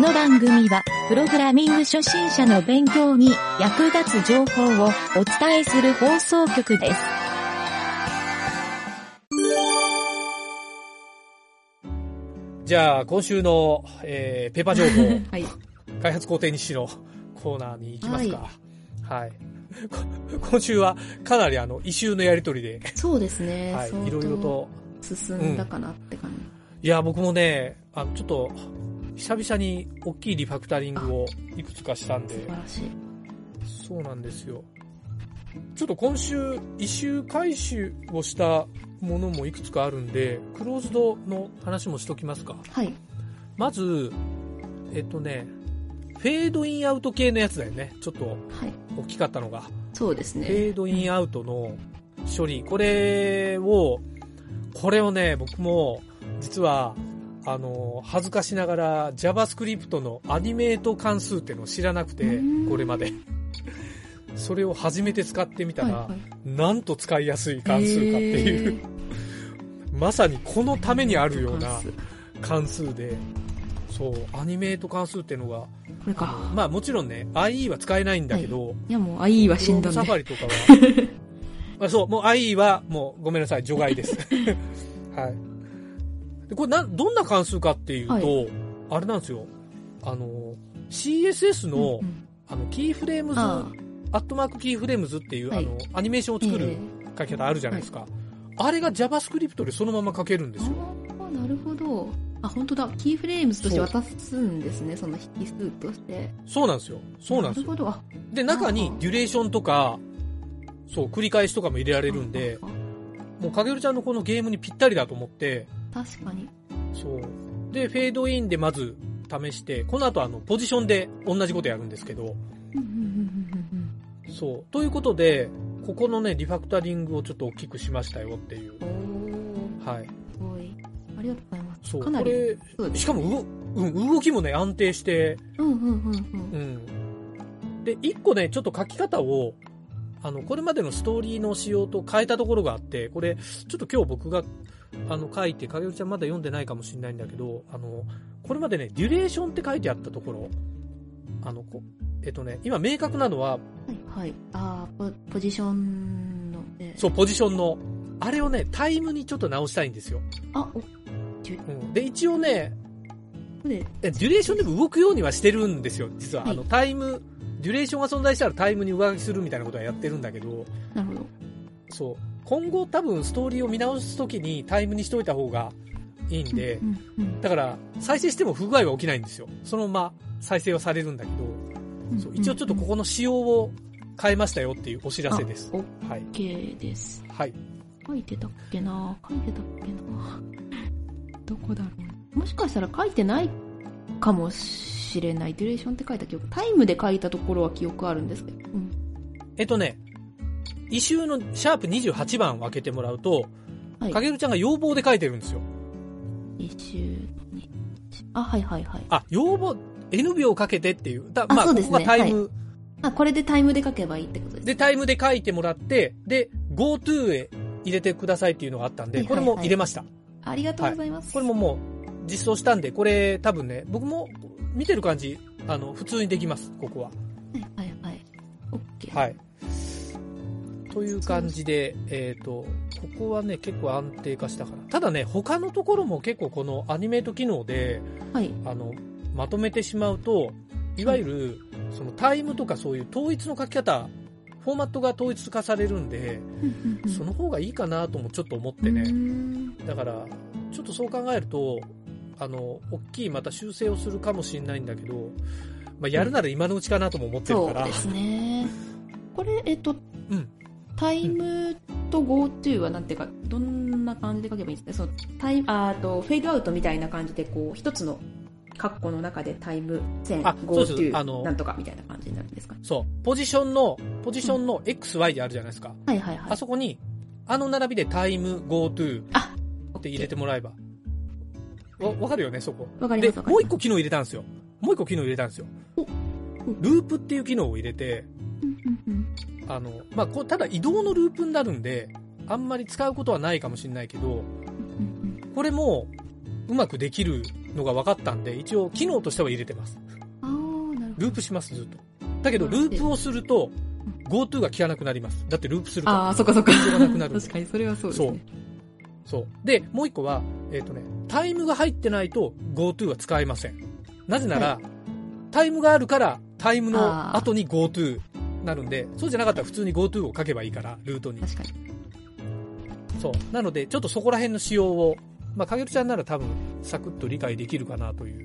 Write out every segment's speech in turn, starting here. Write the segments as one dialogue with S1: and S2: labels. S1: の番組は、プログラミング初心者の勉強に役立つ情報をお伝えする放送局です。
S2: じゃあ、今週の、えーペーパー情報、
S3: はい。
S2: 開発工程日誌のコーナーに行きますか。はい。 こ今週はかなりあの、異臭のやりとりで、
S3: そうですね。
S2: はい、
S3: 相当
S2: いろいろと、
S3: 進んだかなって感じ。
S2: いや、僕もね、あの、ちょっと、久々に大きいリファクタリングをいくつかしたんで
S3: 素、晴らしい。
S2: そうなんですよ。ちょっと今週、異臭回収をしたものもいくつかあるんで、クローズドの話もしときますか。
S3: はい。
S2: まず、えっとね、フェードインアウト系のやつだよね。ちょっと
S3: はい。
S2: 大きかったのが。
S3: そうです
S2: フェ
S3: ね。
S2: ードインアウトの処理。これを、これをね、僕も、実は、あの、恥ずかしながら JavaScript のアニメート関数っていうのを知らなくて
S3: う、ん
S2: これまで。それを初めて使ってみた
S3: はい
S2: ら、
S3: はい
S2: なんと使いやすい関数かっていう、
S3: へ
S2: まさにこのためにあるよう
S3: 関
S2: な
S3: 数こ
S2: 関数で、そう、アニメート関数っていうのが、
S3: れか。
S2: まあもちろんね、IE は使えないんだけど、
S3: いやもう、あ、いいわ、
S2: ク
S3: 死
S2: ロ
S3: ん
S2: ーム
S3: だん
S2: サフ
S3: で。
S2: ァリとか は、あそう、もう IE はもうごめんなさい、除 外です。はい。で、これなん、どんな関数かっていうと、
S3: はい
S2: あれなんですよ。あの、CSS の、
S3: うんうん
S2: あの、キーフレームズ、
S3: あ
S2: アットマークキーフレームズっていう、
S3: はい
S2: あの、アニメーションを
S3: ー
S2: 作
S3: え
S2: る
S3: え
S2: 書き方あるじゃないですか。あれが JavaScript でそのまま書けるんですよ。
S3: ああ、なるほど。あ、本当だ。キーフレームズとして渡すんですね。その引数として。
S2: そうなんですよ。そうなんです
S3: なるほ
S2: よ。
S3: ど。あ、
S2: で、中に
S3: あー
S2: デュレーションとか、そう、繰り返しとかも入れられるんで、
S3: あ
S2: もうかげるちゃんのこのゲームにぴったりだと思って、
S3: ああ確かに。
S2: そう。で、フェードインでまず試して、この後あの、ポジションで同じことやるんですけど、
S3: うんうんうんうんうんうん
S2: そう。ということで、ここのね、リファクタリングをちょっと大きくしましたよっていう。
S3: おー
S2: はい。
S3: すごい。ありがとうございます。
S2: そう。
S3: かな
S2: こ
S3: り。
S2: れ、
S3: そうです
S2: しかもう、うん、動きもね、安定して、
S3: うんうんうんうん。
S2: うん。で、一個ね、ちょっと書き方を、あの、これまでのストーリーの仕様と変えたところがあって、これ、ちょっと今日僕が、あの、書いて、影るちゃんまだ読んでないかもしれないんだけど、あの、これまでね、デュレーションって書いてあったところ、あの、こえっとね、今明確なのは、
S3: はいはい。ああ、ポポジションの。え
S2: そう、ポジションの、あれをね、タイムにちょっと直したいんですよ。
S3: あ、お、
S2: うん。で、一応ね、
S3: で、
S2: えデュレーションでも動くようにはしてるんですよ、実は。
S3: はい
S2: あの、タイム、デュレーションが存在したらタイムに上書きするみたいなことはやってるんだけど、
S3: なるほど。
S2: そう今後多分ストーリーを見直すときにタイムにしといた方がいいんで、
S3: うんうん
S2: だから再生しても不具合は起きないんですよそのまま再生はされるんだけど、
S3: うん
S2: そう一応ちょっとここの仕様を変えましたよっていうお知らせです
S3: オッ
S2: はい
S3: ケーです。
S2: はい
S3: 書いてたっけな書いてたっけな どこだろうもしかしたら書いてないかもしれない。デュレーションって書いた記憶。タイムで書いたところは記憶あるんですけど。うん。
S2: えっとね異臭のシャープ28番を開けてもらうと、
S3: はい
S2: かげるちゃんが要望で書いてるんですよ
S3: 一周に。あ、はいはいはい。
S2: あ要望 N 秒かけてっていうだ
S3: あ
S2: まあ
S3: そう
S2: こ
S3: です
S2: こ
S3: ね
S2: がタイム、
S3: あ、これでタイムで書けばいいってことです。
S2: で、タイムで書いてもらって、で、GoTo へ入れてくださいっていうのがあったんで、
S3: はい
S2: こ
S3: はい
S2: れ
S3: はい
S2: も入れました。
S3: ありがとうございます。
S2: これももう実装したんで、これ多分ね、僕も見てる感じ、あの、普通にできます、ここは。
S3: はいはいはい。オッケー。
S2: はい。という感じで、えっ、と、ここはね、結構安定化したかな。ただね、他のところも結構このアニメート機能で、
S3: はい。
S2: あの、まとめてしまうと、いわゆる、そのタイムとかそういう統一の書き方、フォーマットが統一化されるんで、その方がいいかなともちょっと思って
S3: うー
S2: ね。
S3: ん
S2: だから、ちょっとそう考えると、あの、大きいまた修正をするかもしれないんだけど、まあ、やるなら今のうちかなとも思ってる
S3: そ
S2: か
S3: う
S2: ら
S3: で、すね。これ、えっと、
S2: うん
S3: タイムと GoTo はなんていうか、どんな感じで書けばいいんですかそのタイムあーとフェードアウトみたいな感じで、こう、一つの括弧の中でタイム線、
S2: あそうです
S3: GoTo、
S2: あの
S3: なんとかみたいな感じになるんですかね。
S2: そう、ポジションの、ポジションの XY であるじゃないですか。
S3: はいはいはい
S2: あ。そこに、あの並びでタイム、GoTo
S3: あ
S2: って入れてもらえば。わ、わかるよね、そこ。
S3: わかり
S2: で、
S3: ますわか
S2: もう
S3: り
S2: 一
S3: ます。
S2: 個機能入れたんですよ。もう一個機能入れたんですよ
S3: おお。
S2: ループっていう機能を入れて、
S3: うんうんうん
S2: あの、まあ、こう、ただ移動のループになるんで、あんまり使うことはないかもしれないけど、
S3: うんうん
S2: これも、うまくできるのが分かったんで、一応機能としては入れてます。
S3: ああ、なるほど。
S2: ループします、ずっと。だけど、ループをすると、GoTo が効かなくなります。だってループするから。
S3: ああ、そっかそっか。
S2: 必要がなくなる
S3: 確かに、それはそうですね。
S2: そう。で、もう一個は、えっ、とね、タイムが入ってないと GoTo は使えません。なぜなら、タイムがあるから、タイムの後に GoTo なるんで、そうじゃなかったら普通に GoTo を書けばいいから、ルートに。
S3: 確かに。
S2: そう。なので、ちょっとそこら辺の仕様を、まあ、かげるちゃんなら多分、サクッと理解できるかなという、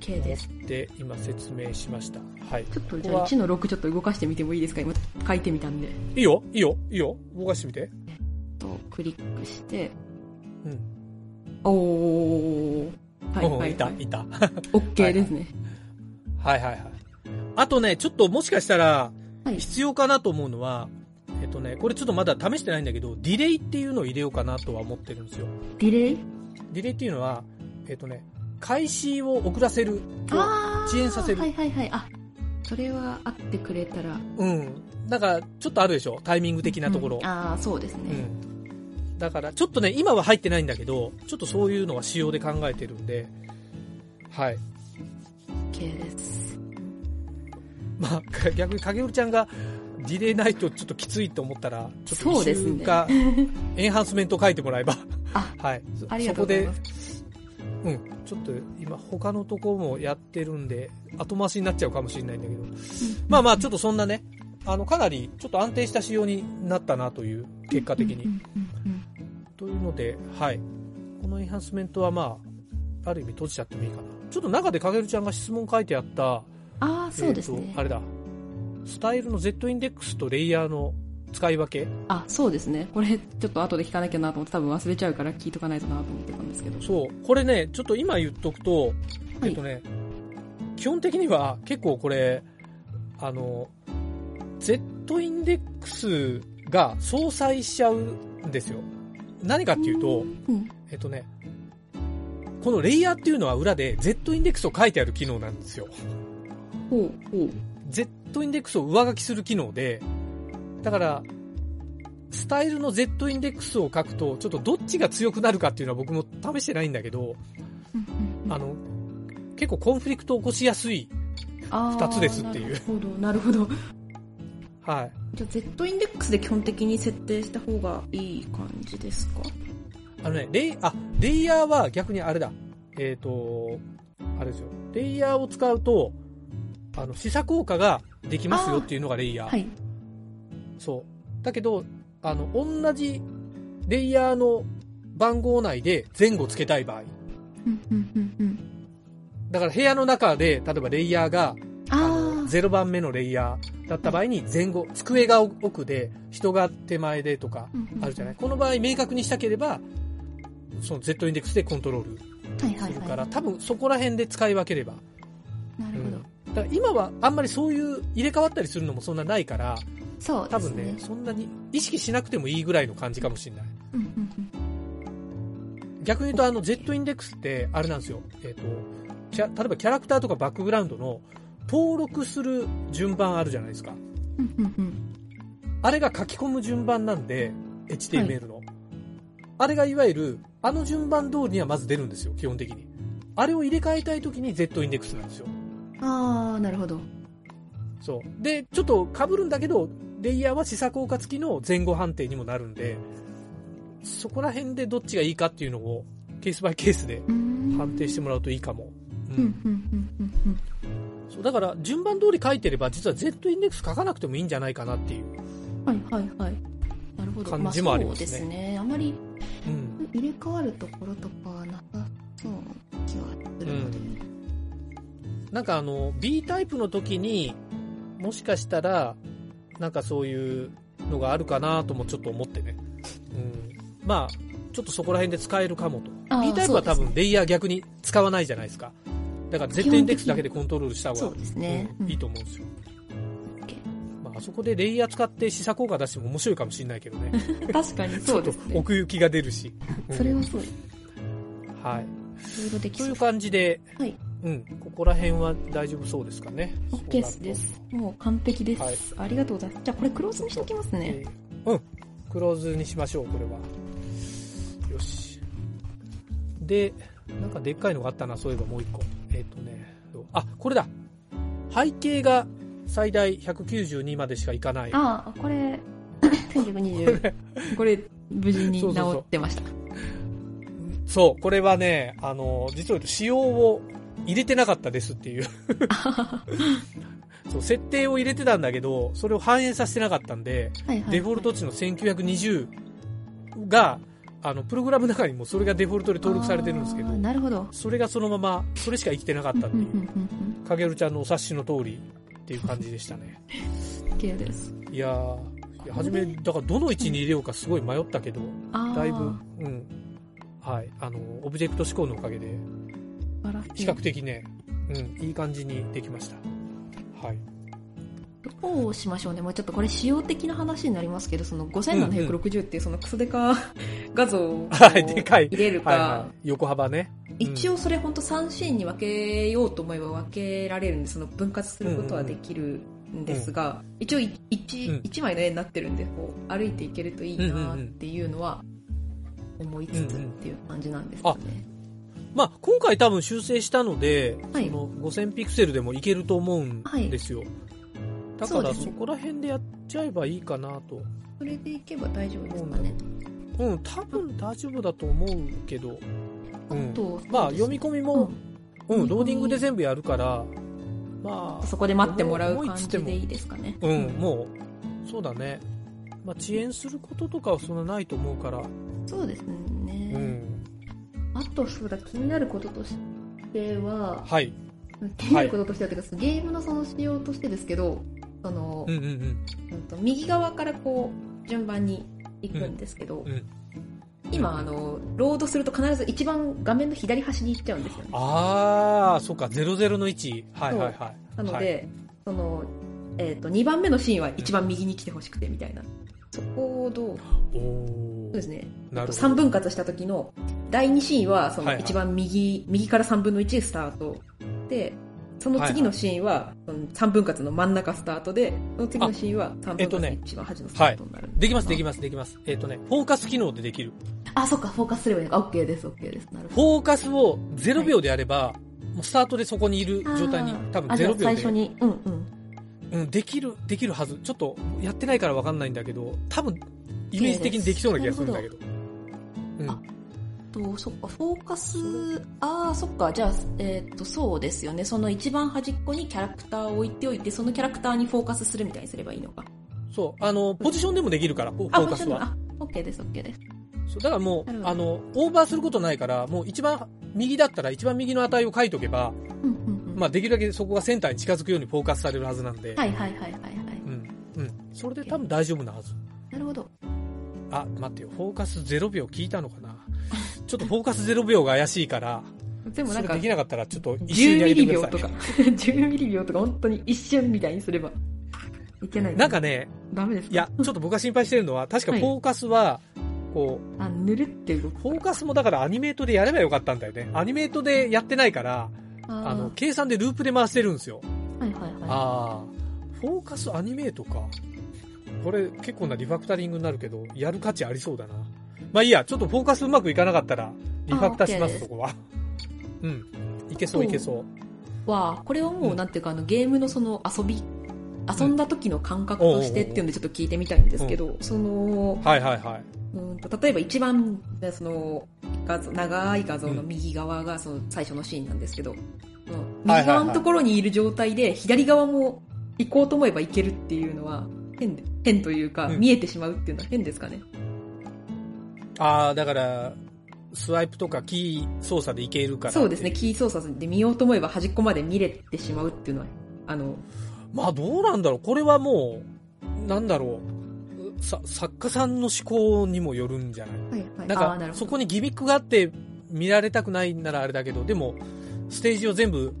S3: OK です。
S2: で、今説明しました。はい。
S3: ちょっとじゃあ1の6ちょっと動かしてみてもいいですか今書いてみたんで。
S2: いいよ、いいよ、いいよ。動かしてみて。
S3: とクリックして、
S2: うん。
S3: おー。はい
S2: うん
S3: はいい、
S2: た
S3: は、い。
S2: いた。
S3: OK ですね。
S2: はいはいはい。あとね、ちょっともしかしたら
S3: は、い
S2: 必要かなと思うのは、えっとね、これちょっとまだ試してないんだけど、ディレイっていうのを入れようかなとは思ってるんですよ。
S3: ディレイ
S2: ディレイっていうのは、えっとね、開始を遅らせる。
S3: あー
S2: 遅延させる
S3: はいはいはい。あ、それはあってくれたら。
S2: うん。なんか、ちょっとあるでしょタイミング的なところ。
S3: うんああ、そうです
S2: う
S3: ね。
S2: ん。だから、ちょっとね、今は入ってないんだけど、ちょっとそういうのは仕様で考えてるんで、はい。
S3: OK です。
S2: まあ、か逆に影織ちゃんがディレイないとちょっときついと思ったら、ちょっと
S3: そうですね
S2: 一周か、 エンハンスメント書いてもらえば。
S3: あ
S2: はい。そ
S3: ありがとうございます。
S2: そこで、うん、ちょっと今他のとこもやってるんで、後回しになっちゃうかもしれないんだけど。まあまあ、ちょっとそんなね、あの、かなりちょっと安定した仕様になったなという、結果的に。
S3: うんうんうん
S2: というので、はい。このエンハンスメントはまあ、ある意味閉じちゃってもいいかな。ちょっと中でかげるちゃんが質問書いてあった、
S3: ああ、そうです
S2: えー
S3: ね
S2: とあ。れだ。スタイルの Z インデックスとレイヤーの使い分け。
S3: あ、そうですね。これ、ちょっと後で聞かなきゃなと思って、多分忘れちゃうから聞いとかないとなと思ってたんですけど。
S2: そう。これね、ちょっと今言っとくと、
S3: は
S2: えっ
S3: い
S2: と。ね、基本的には結構これ、あの、Z インデックスが相殺しちゃうんですよ。何かっていうと、
S3: うん。
S2: えっとね、このレイヤーっていうのは裏で Z インデックスを書いてある機能なんですよ。
S3: ほうほう。
S2: Z インデックスを上書きする機能で、だから、スタイルの Z インデックスを書くと、ちょっとどっちが強くなるかっていうのは僕も試してないんだけど、あの、結構コンフリクトを起こしやすい。二
S3: 二
S2: つですっていう
S3: なるほど、なるほど。
S2: はい。
S3: じゃあ Z インデックスで基本的に設定した方がいい感じですか
S2: あのね、レイ、あ、レイヤーは逆にあれだ。えっ、と、あれですよ。レイヤーを使うと、あの、試作効果ができますよっていうのがレイヤー。
S3: はい。
S2: そう。だけど、あの、同じレイヤーの番号内で前後つけたい場合。
S3: うんうんうんうん。
S2: だから部屋の中で、例えばレイヤーが、
S3: あ
S2: あ
S3: あ
S2: の、0番目のレイヤーだった場合に前後、机が奥で、人が手前でとか、あるじゃない。この場合明確にしたければ、その Z インデックスでコントロール
S3: はいは
S2: す
S3: い
S2: る
S3: はい。
S2: から、多分そこら辺で使い分ければ。
S3: なるほど。
S2: だから今はあんまりそういう入れ替わったりするのもそんなないから、
S3: そう
S2: 多
S3: です
S2: 分ね
S3: ね、。
S2: そんなに意識しなくてもいいぐらいの感じかもしれない。
S3: うんうん
S2: 逆に言うと、あの、Z インデックスって、あれなんですよ。えっ、と、キャ例えばキャラクターとかバックグラウンドの登録する順番あるじゃないですか。
S3: うんうんうんうん。
S2: あれが書き込む順番なんで、HTML の。あれがいわゆる、あの順番通りにはまず出るんですよ、基本的に。あれを入れ替えたいときに Z インデックスなんですよ。
S3: ああ、なるほど。
S2: そう。で、ちょっと被るんだけど、レイヤーは試作効果付きの前後判定にもなるんで、そこら辺でどっちがいいかっていうのを、ケースバイケースで判
S3: 判
S2: 定して
S3: も
S2: もらうといいかも。う
S3: うんうん
S2: ん。
S3: うんうんうん。
S2: そうだから、順番通り書いてれば、実は Z インデックス書かなくてもいいんじゃないかなっていう。
S3: はいはいはい。なるほど。
S2: 感じもありますね
S3: あ、そうですね。あまり
S2: うん。
S3: 入れ替わるところとかはなさそうな気はするので。
S2: なんかあの、B タイプの時に、もしかしたら、なんかそういうのがあるかなともちょっと思ってね。うん。まあ、ちょっとそこら辺で使えるかもと。
S3: あー
S2: B タイプは
S3: そ
S2: 多
S3: うです
S2: 分レイヤー逆に使わないじゃないですか。だから Z インデックスだけでコントロールした
S3: そ
S2: 方
S3: う
S2: が、
S3: ですね。
S2: うん
S3: うん
S2: いいと思うんですよ。
S3: OK
S2: まあ、あそこでレイヤー使って試作効果出しても面白いかもしれないけどね。
S3: 確かにそうです
S2: ちょっと
S3: ね。
S2: 奥行きが出るし。う ん
S3: それはそう。い
S2: はい。
S3: ろいろでき
S2: とい
S3: そう
S2: う。感じで、
S3: はい
S2: うん、ここら辺は大丈夫そうですかね。
S3: OK ですです。もう完璧です。
S2: はい
S3: ありがとうございます。じゃあこれクローズにしときますね。
S2: えーうん、クローズにしましょう、これは。よし。で、なんかでっかいのがあったな、そういえばもう一個。えっ、とね、あ、これだ。背景が最大192までしかいかない。
S3: ああこ れ1920これ無事に
S2: そうそうそう
S3: 治ってました
S2: そう、これはね、あの、実を言うと仕様を入れてなかったですっていう。そう、設定を入れてたんだけど、それを反映させてなかったんで、
S3: はいはい
S2: デフォルト値の1920が、あの、プログラムの中にもそれがデフォルトで登録されてるんですけど
S3: あー、なるほど
S2: それがそのまま、それしか生きてなかった
S3: うんんう
S2: で
S3: ん、うん
S2: かげるちゃんのお察しの通りっていう感じでしたね。
S3: うん綺麗です
S2: いやー、いや初め、だからどの位置に入れようかすごい迷ったけど、
S3: ああ
S2: だいぶ、うん。はい、あの、オブジェクト思考のおかげで、比較的ね、うん、いい感じにできました。はい。
S3: どうしましょうね。もうちょっとこれ仕様的な話になりますけど、その5760っていうそのクソデカ画像を
S2: はいでかい
S3: 入れる
S2: はいは
S3: か、
S2: い。横幅ね。
S3: 一応それ本当3シーンに分けようと思えば分けられるんで、その分割することはできるんですが、一応い一
S2: うん
S3: 一枚の絵になってるんで、こう歩いていけるといいなっていうのは思いつつっていう感じなんですかね。
S2: まあ、今回多分修正したので、
S3: はい
S2: その5000ピクセルでもいけると思うんですよ。だか
S3: そう
S2: ら
S3: です
S2: そ
S3: ね
S2: こら辺でやっちゃえばいいかなと。
S3: それでいけば大丈夫ですかね。
S2: うん、多分大丈夫だと思うけど。う
S3: あ
S2: ん。
S3: と、
S2: まあ、
S3: そうです
S2: 読
S3: ね
S2: み込みも、うん、
S3: うん
S2: ローディングで全部やるから、ま
S3: うん
S2: あ、
S3: そこで待ってもらう感じでいいですかね。
S2: うん、もう、そうだね。まあ、遅延することとかはそんなないと思うから、
S3: そうですね。
S2: うん。
S3: あとそうだ気になることとしては
S2: はい。
S3: 気になることとしてはというかゲームのその仕様としてですけどその、
S2: うんうんうん。
S3: うんと右側からこう順番に行くんですけど、
S2: うん
S3: 今あのロードすると必ず一番画面の左端に行っちゃうんですよね
S2: ああ、そっか、00の位置。はいはいはい。
S3: なの
S2: はい、
S3: で、その、えっと2番目のシーンは一番右に来てほしくてみたいな、そこをどうそ
S2: お
S3: う
S2: ー
S3: ですね
S2: なるほど。
S3: 3分割した時の第2シーンはそ
S2: はい
S3: の
S2: はい
S3: 一番右,、右から3分の1スタートでその次のシーンはその3分割の真ん中スタートでその次のシーンは3
S2: え
S3: 分
S2: っ
S3: 割
S2: と
S3: の
S2: ね
S3: 一番端のスタートになる、
S2: できます、でき
S3: ま
S2: ます、できます。えっ、とね、フォーカス機能でできる。
S3: すあそっかフォーカスすればいいのか OK です OK ですなるほ
S2: フォーカスを0秒でやれば、もうスタートでそこにいる
S3: ど
S2: 状態に
S3: あー、
S2: 多分
S3: あじゃあ
S2: 0秒
S3: 最初
S2: で、
S3: にうんうん
S2: うん、できる、できるはず。ちょっと、やってないからわかんないんだけど、多分、イメージ的にできそうな気がするんだけど。うん
S3: あとそっかフォーカスああそっかじゃあえっとそうですよねその一番端っこにキャラクターを置いておいてそのキャラクターにフォーカスするみたいにすればいいのか
S2: そう、あの、ポジションでもできるから、フォ
S3: あ
S2: ー
S3: も
S2: カ
S3: ち
S2: ス
S3: ろん
S2: は。
S3: あ OK です OK です
S2: そうだからも
S3: な
S2: う
S3: るほ、ど
S2: あの、オーバーすることないから、もう一番右だったら一番右の値を書いとけば、
S3: うんうんうん
S2: まあできるだけそこがセンターに近づくようにフォーカスされるはずなんで。
S3: はいはいはいはいはい
S2: うん。うん。それで多分大丈夫なはず。
S3: なるほど。
S2: あ、待ってよ。フォーカス0秒聞いたのか なちょっとフォーカス0秒が怪しいから、
S3: でも
S2: そ
S3: なん
S2: れ
S3: か
S2: で、きなかったらちょっと一瞬
S3: 10
S2: や
S3: ミ
S2: め
S3: リ
S2: てく
S3: 秒
S2: だ
S3: と
S2: さ
S3: か、10ミリ 秒とか本当に一瞬みたいにすればいけない。
S2: い。なんか、ね、
S3: ダメですか
S2: いや、ちょっと僕が心配してるのは、確かフォーカスは、こう、
S3: あ、ぬるって動く。
S2: フォーカスもだからアニメートでやればよかったんだよね。アニメートでやってないから、
S3: あ
S2: あの、計算でループで回してるんですよ。
S3: ーはいはいはい。
S2: ああ、フォーカスアニメートか。これ結構なリファクタリングになるけど、やる価値ありそうだな。まあいいや、ちょっとフォーカスうまくいかなかったら、リファクターしま、
S3: あ OK ですす
S2: そこは。うん。いけそういけそう。
S3: は、これはも
S2: う
S3: うんなんていうか、あの、ゲームのその遊び、遊んだ時の感覚としてっていうのでちょっと聞いてみたいんですけど、その、
S2: はいはいはい。
S3: うんと、例えば一番、その、画像、長い画像の右側がその最初のシーンなんですけど、その
S2: はいはいはい
S3: 右側のところにいる状態で左側も行こうと思えば行けるっていうのは変で、変というか、
S2: うん
S3: 見えてしまうっていうのは変ですかね。
S2: ああ、だから、スワイプとかキー操作でいけるから。
S3: そうですね、。キー操作で見ようと思えば端っこまで見れてしまうっていうのは、あの、
S2: まあどうなんだろう。これはもう、なんだろう。うさ、作家さんの思考にもよるんじゃない
S3: はいはい
S2: な
S3: あー
S2: ん
S3: なる
S2: か、
S3: ほ
S2: そ
S3: ど
S2: こにギミックがあって見られたくないならあれだけど、でも、ステージを全部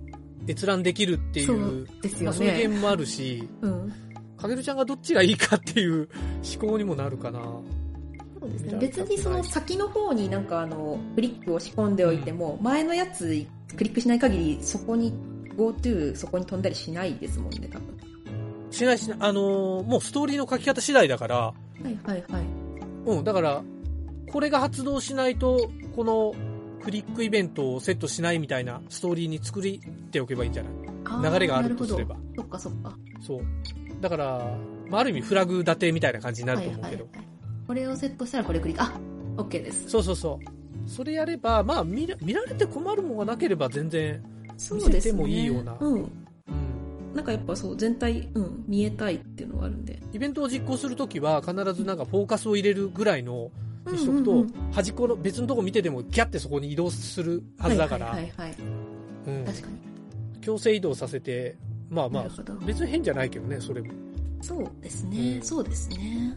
S2: 閲覧できるってい、
S3: そううです
S2: ま
S3: よ
S2: あそういうゲー
S3: ね。
S2: ムもあるし、
S3: うん。
S2: かげるちゃんがどっちがいいかっていう 思考にもなるかな。
S3: そうですね。
S2: 見られた
S3: 別
S2: くない
S3: にその先の方になんかあの、クリックを仕込んでおいても、前のやつクリックしない限り、そこに、GoTo そこに飛んだりしないですもんね、多分。
S2: しないしない、あのーもうストーリーの書き方次第だから、
S3: はいはいはい。
S2: うん、だから、これが発動しないと、この、クリックイベントをセットしないみたいなストーリーに作りっておけばいいんじゃない
S3: あー
S2: 流れがあるとすれば
S3: なほどそっかそっか。
S2: そう。だから、まあ、ある意味フラグ立てみたいな感じになると思うけど。
S3: はいはいはい、これをセットしたらこれクリック。あ、OK です。
S2: そうそうそう。それやれば、まあ見ら、見られて困るものがなければ全然、
S3: そ
S2: 見せてもいいような
S3: うん。
S2: うん。
S3: なんかやっぱそう、全体、うん、見えたいっていうのがあるんで。
S2: イベントを実行するときは、必ずなんかフォーカスを入れるぐらいのにしとくと、
S3: うんうんうん
S2: 端っこの別のとこ見てても、ギャってそこに移動するはずだから、
S3: はいはいはいはい、
S2: うん、
S3: 確かに。
S2: 強制移動させて、まあま
S3: なるほど
S2: あ、別に変じゃないけどね、それも。
S3: そうですね、
S2: うん
S3: そうですね。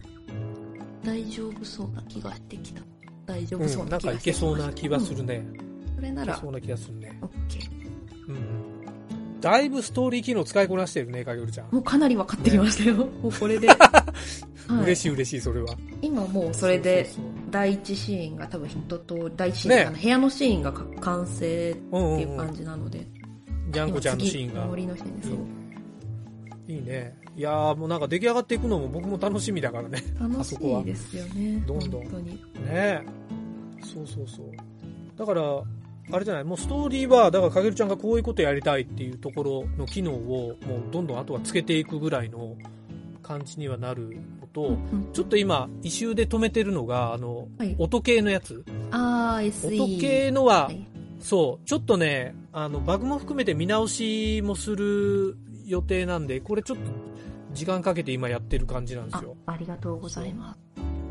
S3: 大丈夫そうな気がしてきた。大丈夫そう
S2: うん
S3: な
S2: なん
S3: 気
S2: か
S3: が
S2: い
S3: して
S2: け
S3: きました
S2: そうな気はする。ね。
S3: うんそれない
S2: け
S3: ら
S2: そう、な気がするね。
S3: OK。
S2: うん。だいぶストーリー機能使いこなしてるね、かげるちゃん。
S3: もうかなり分かってきましたよ。もうこ れで。はい
S2: 嬉、しい嬉しい、それは。
S3: 今もうそれで
S2: そうそう
S3: 第一シーンが多分人と第一シーン、
S2: ね
S3: あの部屋のシーンがか完成って
S2: そううん
S3: いううん
S2: うん
S3: 感。じなので、
S2: にゃんこちゃんのシーン
S3: 今次
S2: が。
S3: 森のシーンです
S2: いいね。いやーもうなんか出来上がっていくのも僕も楽しみだからね。
S3: そう楽
S2: あ
S3: し
S2: そこはい
S3: ですよね
S2: どんどん
S3: 本当に
S2: ねそうそうそう。だから、あれじゃない、もうストーリーは、だからかげるちゃんがこういうことやりたいっていうところの機能を、もうどんどんあとはつけていくぐらいの感じにはなるのと、
S3: うん
S2: ちょっと今、異臭で止めてるのが、あの、
S3: はい
S2: 音系のやつ。
S3: あー SE
S2: 音系のは、
S3: はい
S2: そう、ちょっとね、あの、バグも含めて見直しもする予定なんで、これちょっと時間かけて今やってる感じなんです
S3: あ
S2: よ。
S3: ありがとうございま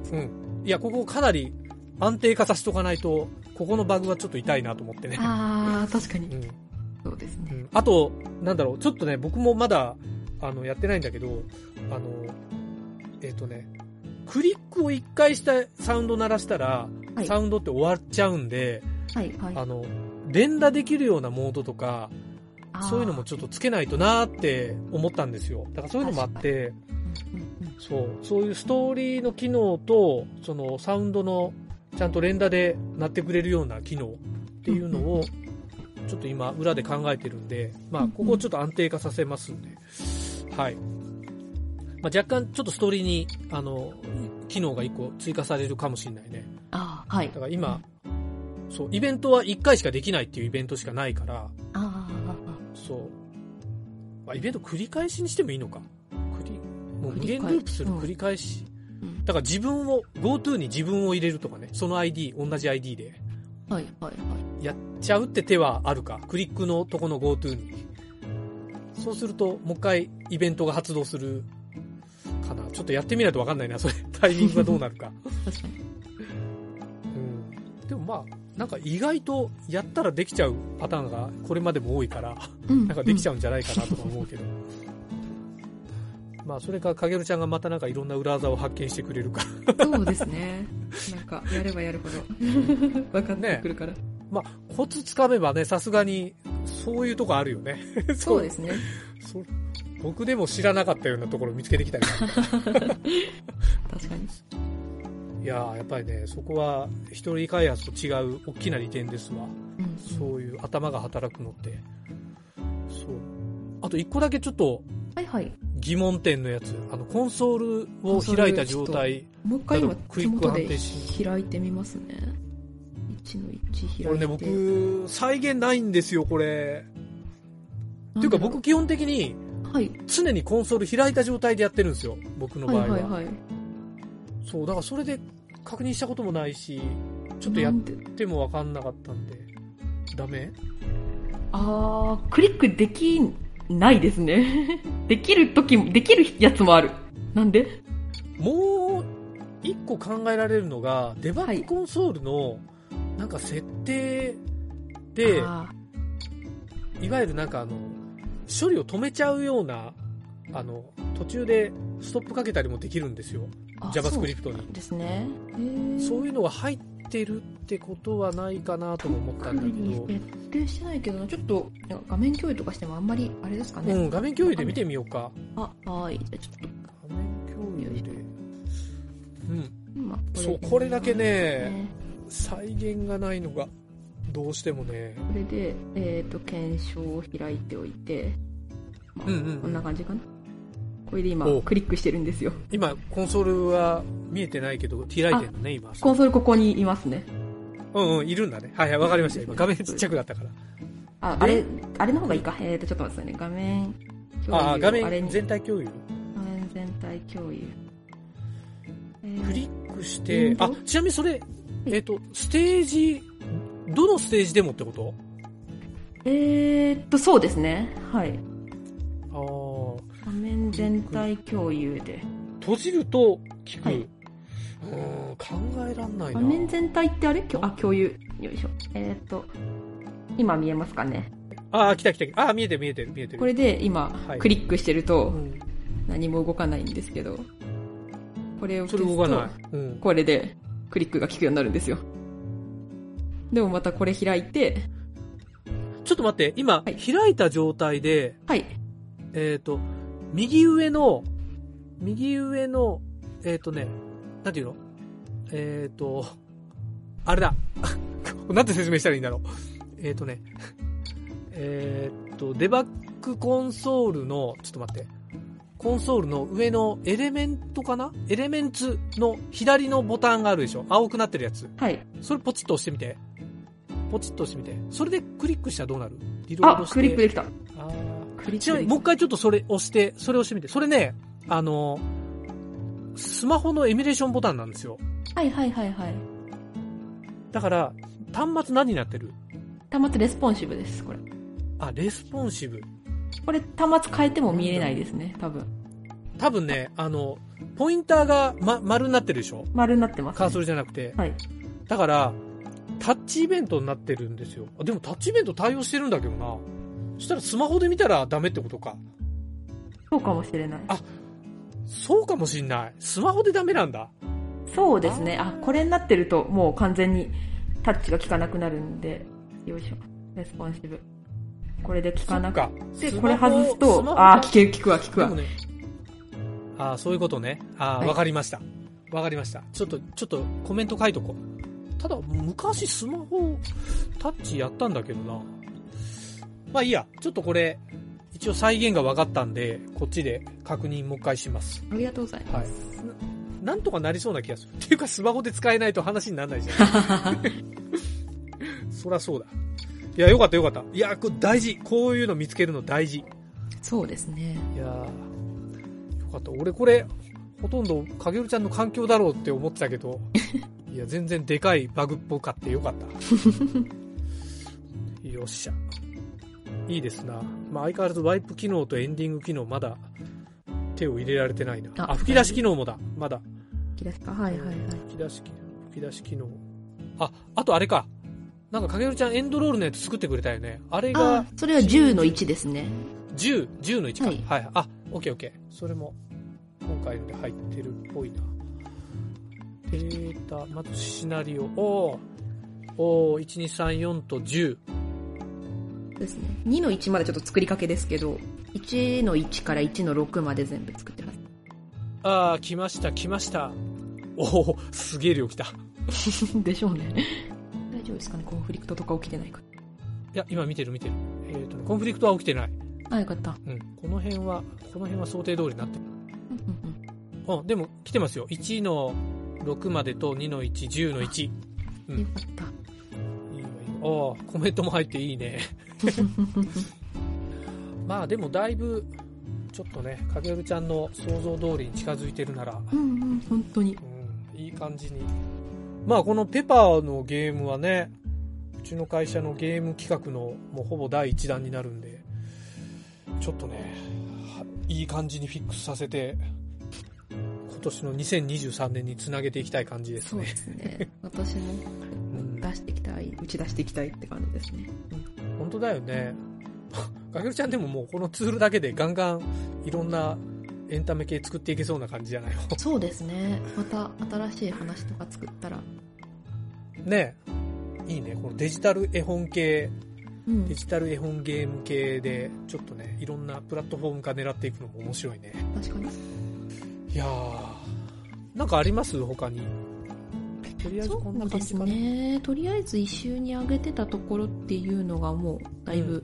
S3: す
S2: うん。いや、ここをかなり安定化させとかないと、ここのバグはちょっと痛いなと思ってね。
S3: あー確か
S2: う
S3: に
S2: ん。
S3: そうです
S2: う
S3: ね
S2: ん。あと、なんだろう、ちょっとね、僕もまだ、あの、やってないんだけど、あの、えっ、とね、クリックを一回したサウンド鳴らしたら、
S3: はい
S2: サウンドって終わっちゃうんで、
S3: はいはい
S2: あの、連打できるようなモードとか、
S3: あー
S2: そういうのもちょっとつけないとなーって思ったんですよ。だからそういうのもあって、
S3: うんうん
S2: そう、そういうストーリーの機能と、そのサウンドのちゃんと連打で鳴ってくれるような機能っていうのを、ちょっと今裏で考えてるんで、ま
S3: う
S2: あ
S3: んうん
S2: ここをちょっと安定化させますんで、はい。まあ若干ちょっとストーリーに、あの、機能が一個追加されるかもしれないね。
S3: あーはい
S2: だから今、そう、イベントは1回しかできないっていうイベントしかないから、
S3: あ
S2: そう。まあ、イベント繰り返しにしてもいいのか。繰り、もう無限
S3: 繰り返し
S2: ループする
S3: うん
S2: 繰り返し。
S3: うん
S2: だから自分を、GoTo に自分を入れるとかね、その ID、同じ ID で、
S3: ーはいはいはい
S2: やっちゃうって手はあるか。クリックのとこの GoTo に。そうすると、もう一回イベントが発動するかな。ちょっとやってみないとわかんないな、 それ。タイミングがどうなるか。
S3: 確かに
S2: うん。でもまあ、なんか意外とやったらできちゃうパターンがこれまでも多いから。
S3: うん
S2: なんかできちゃ
S3: う
S2: うんじゃないかなとか思うけど。まあ、それか、かげるちゃんがまたなんかいろんな裏技を発見してくれるか。
S3: んそうですねなんかやればやるほど分かってくるから
S2: まあ、コツつかめばね、さすがに、そういうとこあるよね。
S3: そうですね
S2: そ僕でも知らなかったようなところ見つけてきたり。
S3: 確かに
S2: いやー、やっぱりね、そこは、一人開発と違う大きな利点ですわ。
S3: うん
S2: そういう頭が働くのって。そう。あと一個だけちょっと
S3: はいはい
S2: 疑問点のやつ。あの、コンソールを開いた状態。
S3: もう一回今
S2: ク
S3: 手
S2: イック
S3: 元
S2: 判
S3: で
S2: 定し
S3: 開いてみますね1の1
S2: こ
S3: 開い
S2: れ
S3: て
S2: ね、僕、再現ないんですよ、これ。っ
S3: なん
S2: て
S3: で
S2: いうか
S3: だろ
S2: 僕基本的に
S3: はい
S2: 常にコンソール開いた状態でやってるんですよ、僕の
S3: は
S2: 場合
S3: い
S2: は。
S3: はいはい
S2: そう、だからそれで確認したこともないし、ちょっとや
S3: な
S2: っ
S3: んで
S2: てもわかんなかったんで。ダメ
S3: あークリックできないですね できる時もできるやつもあるなんで
S2: もう、一個考えられるのが、デバッグコンソールの、なんか設定で、
S3: あ
S2: い、わゆるなんかあの、処理を止めちゃうような、あの、途中でストップかけたりもできるんですよ。
S3: ーあ
S2: JavaScript
S3: そう
S2: に。
S3: ですねへー
S2: そういうのが入ってるってことはないかなとも思ったんだ
S3: 特に
S2: け
S3: 設定してないけどなちょっと画面共有とかしてもあんまりあれですか
S2: ど、う
S3: ね、
S2: ん、画面共有で見てみようか。
S3: あはいじゃあちょっ
S2: 画面共有で。うん、
S3: と今
S2: そう、
S3: で
S2: これだけね、
S3: ね
S2: 再現がないのが、どうしてもね、
S3: これで、えー、と検証を開いておいて、まあ
S2: うんうんうん
S3: こんな感じかなこれで今
S2: お
S3: クリックしてるんですよ
S2: 今、コンソールは見えてないけど、開いてるのね、今。
S3: コンソールここにいますね
S2: うんうん、いるんだね。はいはい、わかりました。今、画面ちっちゃくなったから。
S3: あ、あれ、あれの方がいいか。えーと、ちょっと待ってくださいね。画面共有。
S2: ああ、画
S3: あれ
S2: 面
S3: に
S2: 全体共有。
S3: 画面全体共有。えー
S2: クリックして、
S3: ウィ
S2: あ
S3: ンド、ウ
S2: ちなみにそれ、えっと、ステージ、どのステージでもってこと
S3: えーっと、そうですね。はい。
S2: ああ、
S3: 画面全体共有で。
S2: 閉じると聞く。
S3: はいう
S2: ーん、考えらんないな。
S3: 画面全体ってあれきょあ、共有。よいしょ。えーっと、今見えますかね。
S2: ああ、来た来た来た。ああ、見えてる見えてる見えてる。
S3: これで今
S2: はい、
S3: クリックしてると
S2: うん、
S3: 何も動かないんですけど、これを
S2: そ
S3: 消
S2: れ
S3: す
S2: 動かな
S3: と
S2: い、。うん。
S3: これでクリックが効くようになるんですよ。でもまたこれ開いて、
S2: ちょっと待って、今、
S3: はい
S2: 開いた状態で、
S3: はい。
S2: えっ、と、右上の、右上の、えっ、とね、なんていうのえっ、と、あれだ。 なんて説明したらいいんだろう。えっ、とね、えっ、と、デバッグコンソールの、ちょっと待って、コンソールの上のエレメントかなエレメンツの左のボタンがあるでしょ青くなってるやつ。
S3: はい。
S2: それポチッと押してみて。ポチッと押してみて。それでクリックしたらどうなるリロード
S3: あ、
S2: して。
S3: クリックできた。
S2: あー
S3: クリ
S2: ち
S3: ッ
S2: な
S3: クで
S2: みに、
S3: きた
S2: もう一回ちょっとそれ押して、それ押してみて。それね、あの、スマホのエミュレーションボタンなんですよ。
S3: はいはいはいはい。
S2: だから、端末何になってる
S3: 端末レスポンシブです、これ。
S2: あ、レスポンシブ。
S3: これ端末変えても見えないですね、多分。
S2: 多分ね、あの、ポインターが、ま、丸になってるでしょ
S3: 丸になってます、ね。
S2: カーソルじゃなくて。
S3: はい。
S2: だから、タッチイベントになってるんですよ。あでもタッチイベント対応してるんだけどな。そしたらスマホで見たらダメってことか。
S3: そうかもしれない。
S2: あそうかもしんない。スマホでダメなんだ。
S3: そうですね。あ、これになってるともう完全にタッチが効かなくなるんで。よいしょ。レスポンシブ。これで効かなく
S2: か。
S3: て、
S2: スマホ
S3: これ外す
S2: スマホ
S3: と、あー、効ける、効くわ、効く
S2: で
S3: わ
S2: も。ね。ああ、そういうことね。ああ、
S3: はい
S2: わかりました。わかりました。ちょっと、ちょっとコメント書いとこう。ただ、昔スマホタッチやったんだけどな。まあいいや、ちょっとこれ、一応再現が分かったんで、こっちで確認もう一回します。
S3: ありがとうございます。
S2: ななんとかなりそうな気がする。っていうか、スマホで使えないと話にならないじゃん。そらそうだ。いや、よかったよかった。いや、これ大事。こういうの見つけるの大事。
S3: そうですね。
S2: いやーよかった。俺これ、ほとんど、かげるちゃんの環境だろうって思ってた けど、いや、全然でかいバグっぽかってよかった。 よっしゃ。いいですな。まあ、相変わらずワイプ機能とエンディング機能まだ手を入れられてないな。
S3: あ
S2: あ、吹き出し機能もだ。まだ。
S3: いいですかはいはいはい。
S2: 吹き出し機能、吹き出し機能。あ、あとあれか。なんか、かげるちゃんエンドロールのやつ作ってくれたよね。あれが
S3: あ、ー、それは10の1ですね。
S2: 10、10の1か。は
S3: はいい、
S2: あ、オッケーオッケー。それも、今回ので入ってるっぽいな。データ、まずシナリオ。おーおー、1234と10。
S3: そうですね。2の1までちょっと作りかけですけど、1の1から1の6まで全部作ってます。
S2: あー、来ました、来ました。おお、すげえ量来た。い
S3: でしょうね。大丈夫ですかねコンフリクトとか起きてないか。
S2: や、今見てる見てる。えっ、とね、コンフリクトは起きてない。
S3: あ、よかった。
S2: うん。この辺は、この辺は想定通りになってる。うん、でも来てますよ。1の6までと2の1、10の1。うん
S3: よかった。
S2: いいよいいよああ、コメントも入っていいね。まあでもだいぶ、ちょっとね、かげるちゃんの想像通りに近づいてるなら、
S3: うんうん、本当に。
S2: うん、いい感じに。まあこのペパーのゲームはね、うちの会社のゲーム企画のもうほぼ第一弾になるんで、ちょっとね、はいい感じにフィックスさせて、今年の2023年につなげていきたい感じです
S3: そう
S2: ね
S3: で。すね。私も
S2: うん
S3: 出していきたい、打ち出していきたいって感じですね。
S2: 本当だよね。 かけるちゃんでももうこのツールだけでガンガンいろんなエンタメ系作っていけそうな感じじゃないの
S3: そうですね。また新しい話とか作ったら。
S2: ねえいいね。このデジタル絵本系、
S3: うん
S2: デ、ジタル絵本ゲーム系で、ちょっとね、いろんなプラットフォーム化狙っていくのも面白いね。
S3: 確かに。
S2: いやー、なんかあります他に。とりあえず
S3: そ
S2: こんな
S3: う
S2: 感
S3: で
S2: じ
S3: す
S2: かな。
S3: ね。とりあえず一周に上げてたところっていうのがもう、だいぶ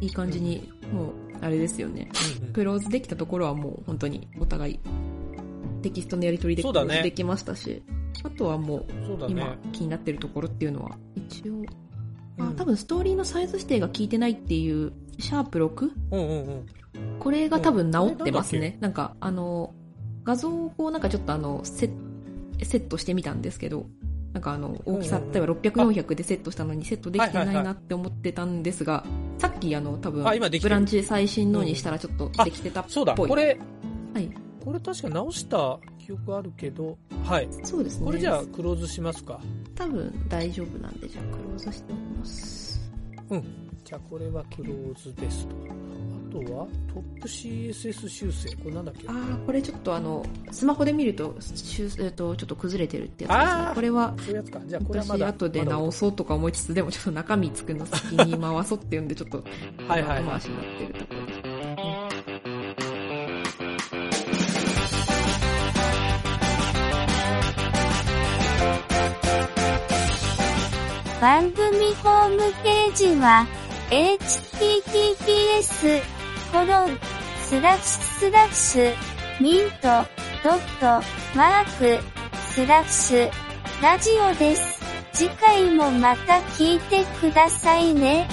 S3: いい感じに、もう、あれですよね。
S2: うんうん
S3: クローズできたところはもう本当にお互いテキストのやり取りで
S2: そう
S3: ク
S2: だ
S3: ロ
S2: ね
S3: ーズできましたし、あとはもう
S2: そうだね
S3: 今。気になってるところっていうのは一応、
S2: う
S3: あ
S2: ん
S3: 多分ストーリーのサイズ指定が効いてないっていうシャープ6
S2: うんうんうん。
S3: これが多分治ってますね、なんかあの画像をこうなんかちょっとあのセセットしてみたんですけどなんかあの大きさ、
S2: うんうんうん
S3: 例えば600400でセットしたのにセットできてないなって思ってたんですが、さっきあの多分
S2: あ今でき
S3: ブ
S2: てる
S3: ランチ最新のにしたらちょっとできてたっぽい、
S2: そうだ、これ、
S3: はい、
S2: これ確か直した記憶あるけど、はい。
S3: そうですね
S2: これじゃあクローズしますか。
S3: 多分大丈夫なんでじゃあクローズしておきます
S2: じゃあこれはクローズですと。あとはトップ CSS 修正。これなんだっけ
S3: ああこれちょっとあのスマホで見るとしゅえっとちょっと崩れてるってやつですね
S2: あー
S3: これは
S2: そういうやつか。じゃあこれはま
S3: 私
S2: だ。
S3: 後で
S2: まだ
S3: 直そうとか思いつつでもちょっと中身作るの先に回そうっていうんでちょっと
S2: はいはい
S3: 後
S2: は
S3: 回
S2: い
S3: しになってるところです
S4: 番組ホームページは、https, コロン、スラッシュスラッシュ、ミント、ドット、マーク、スラッシュ、ラジオです。次回もまた聞いてくださいね。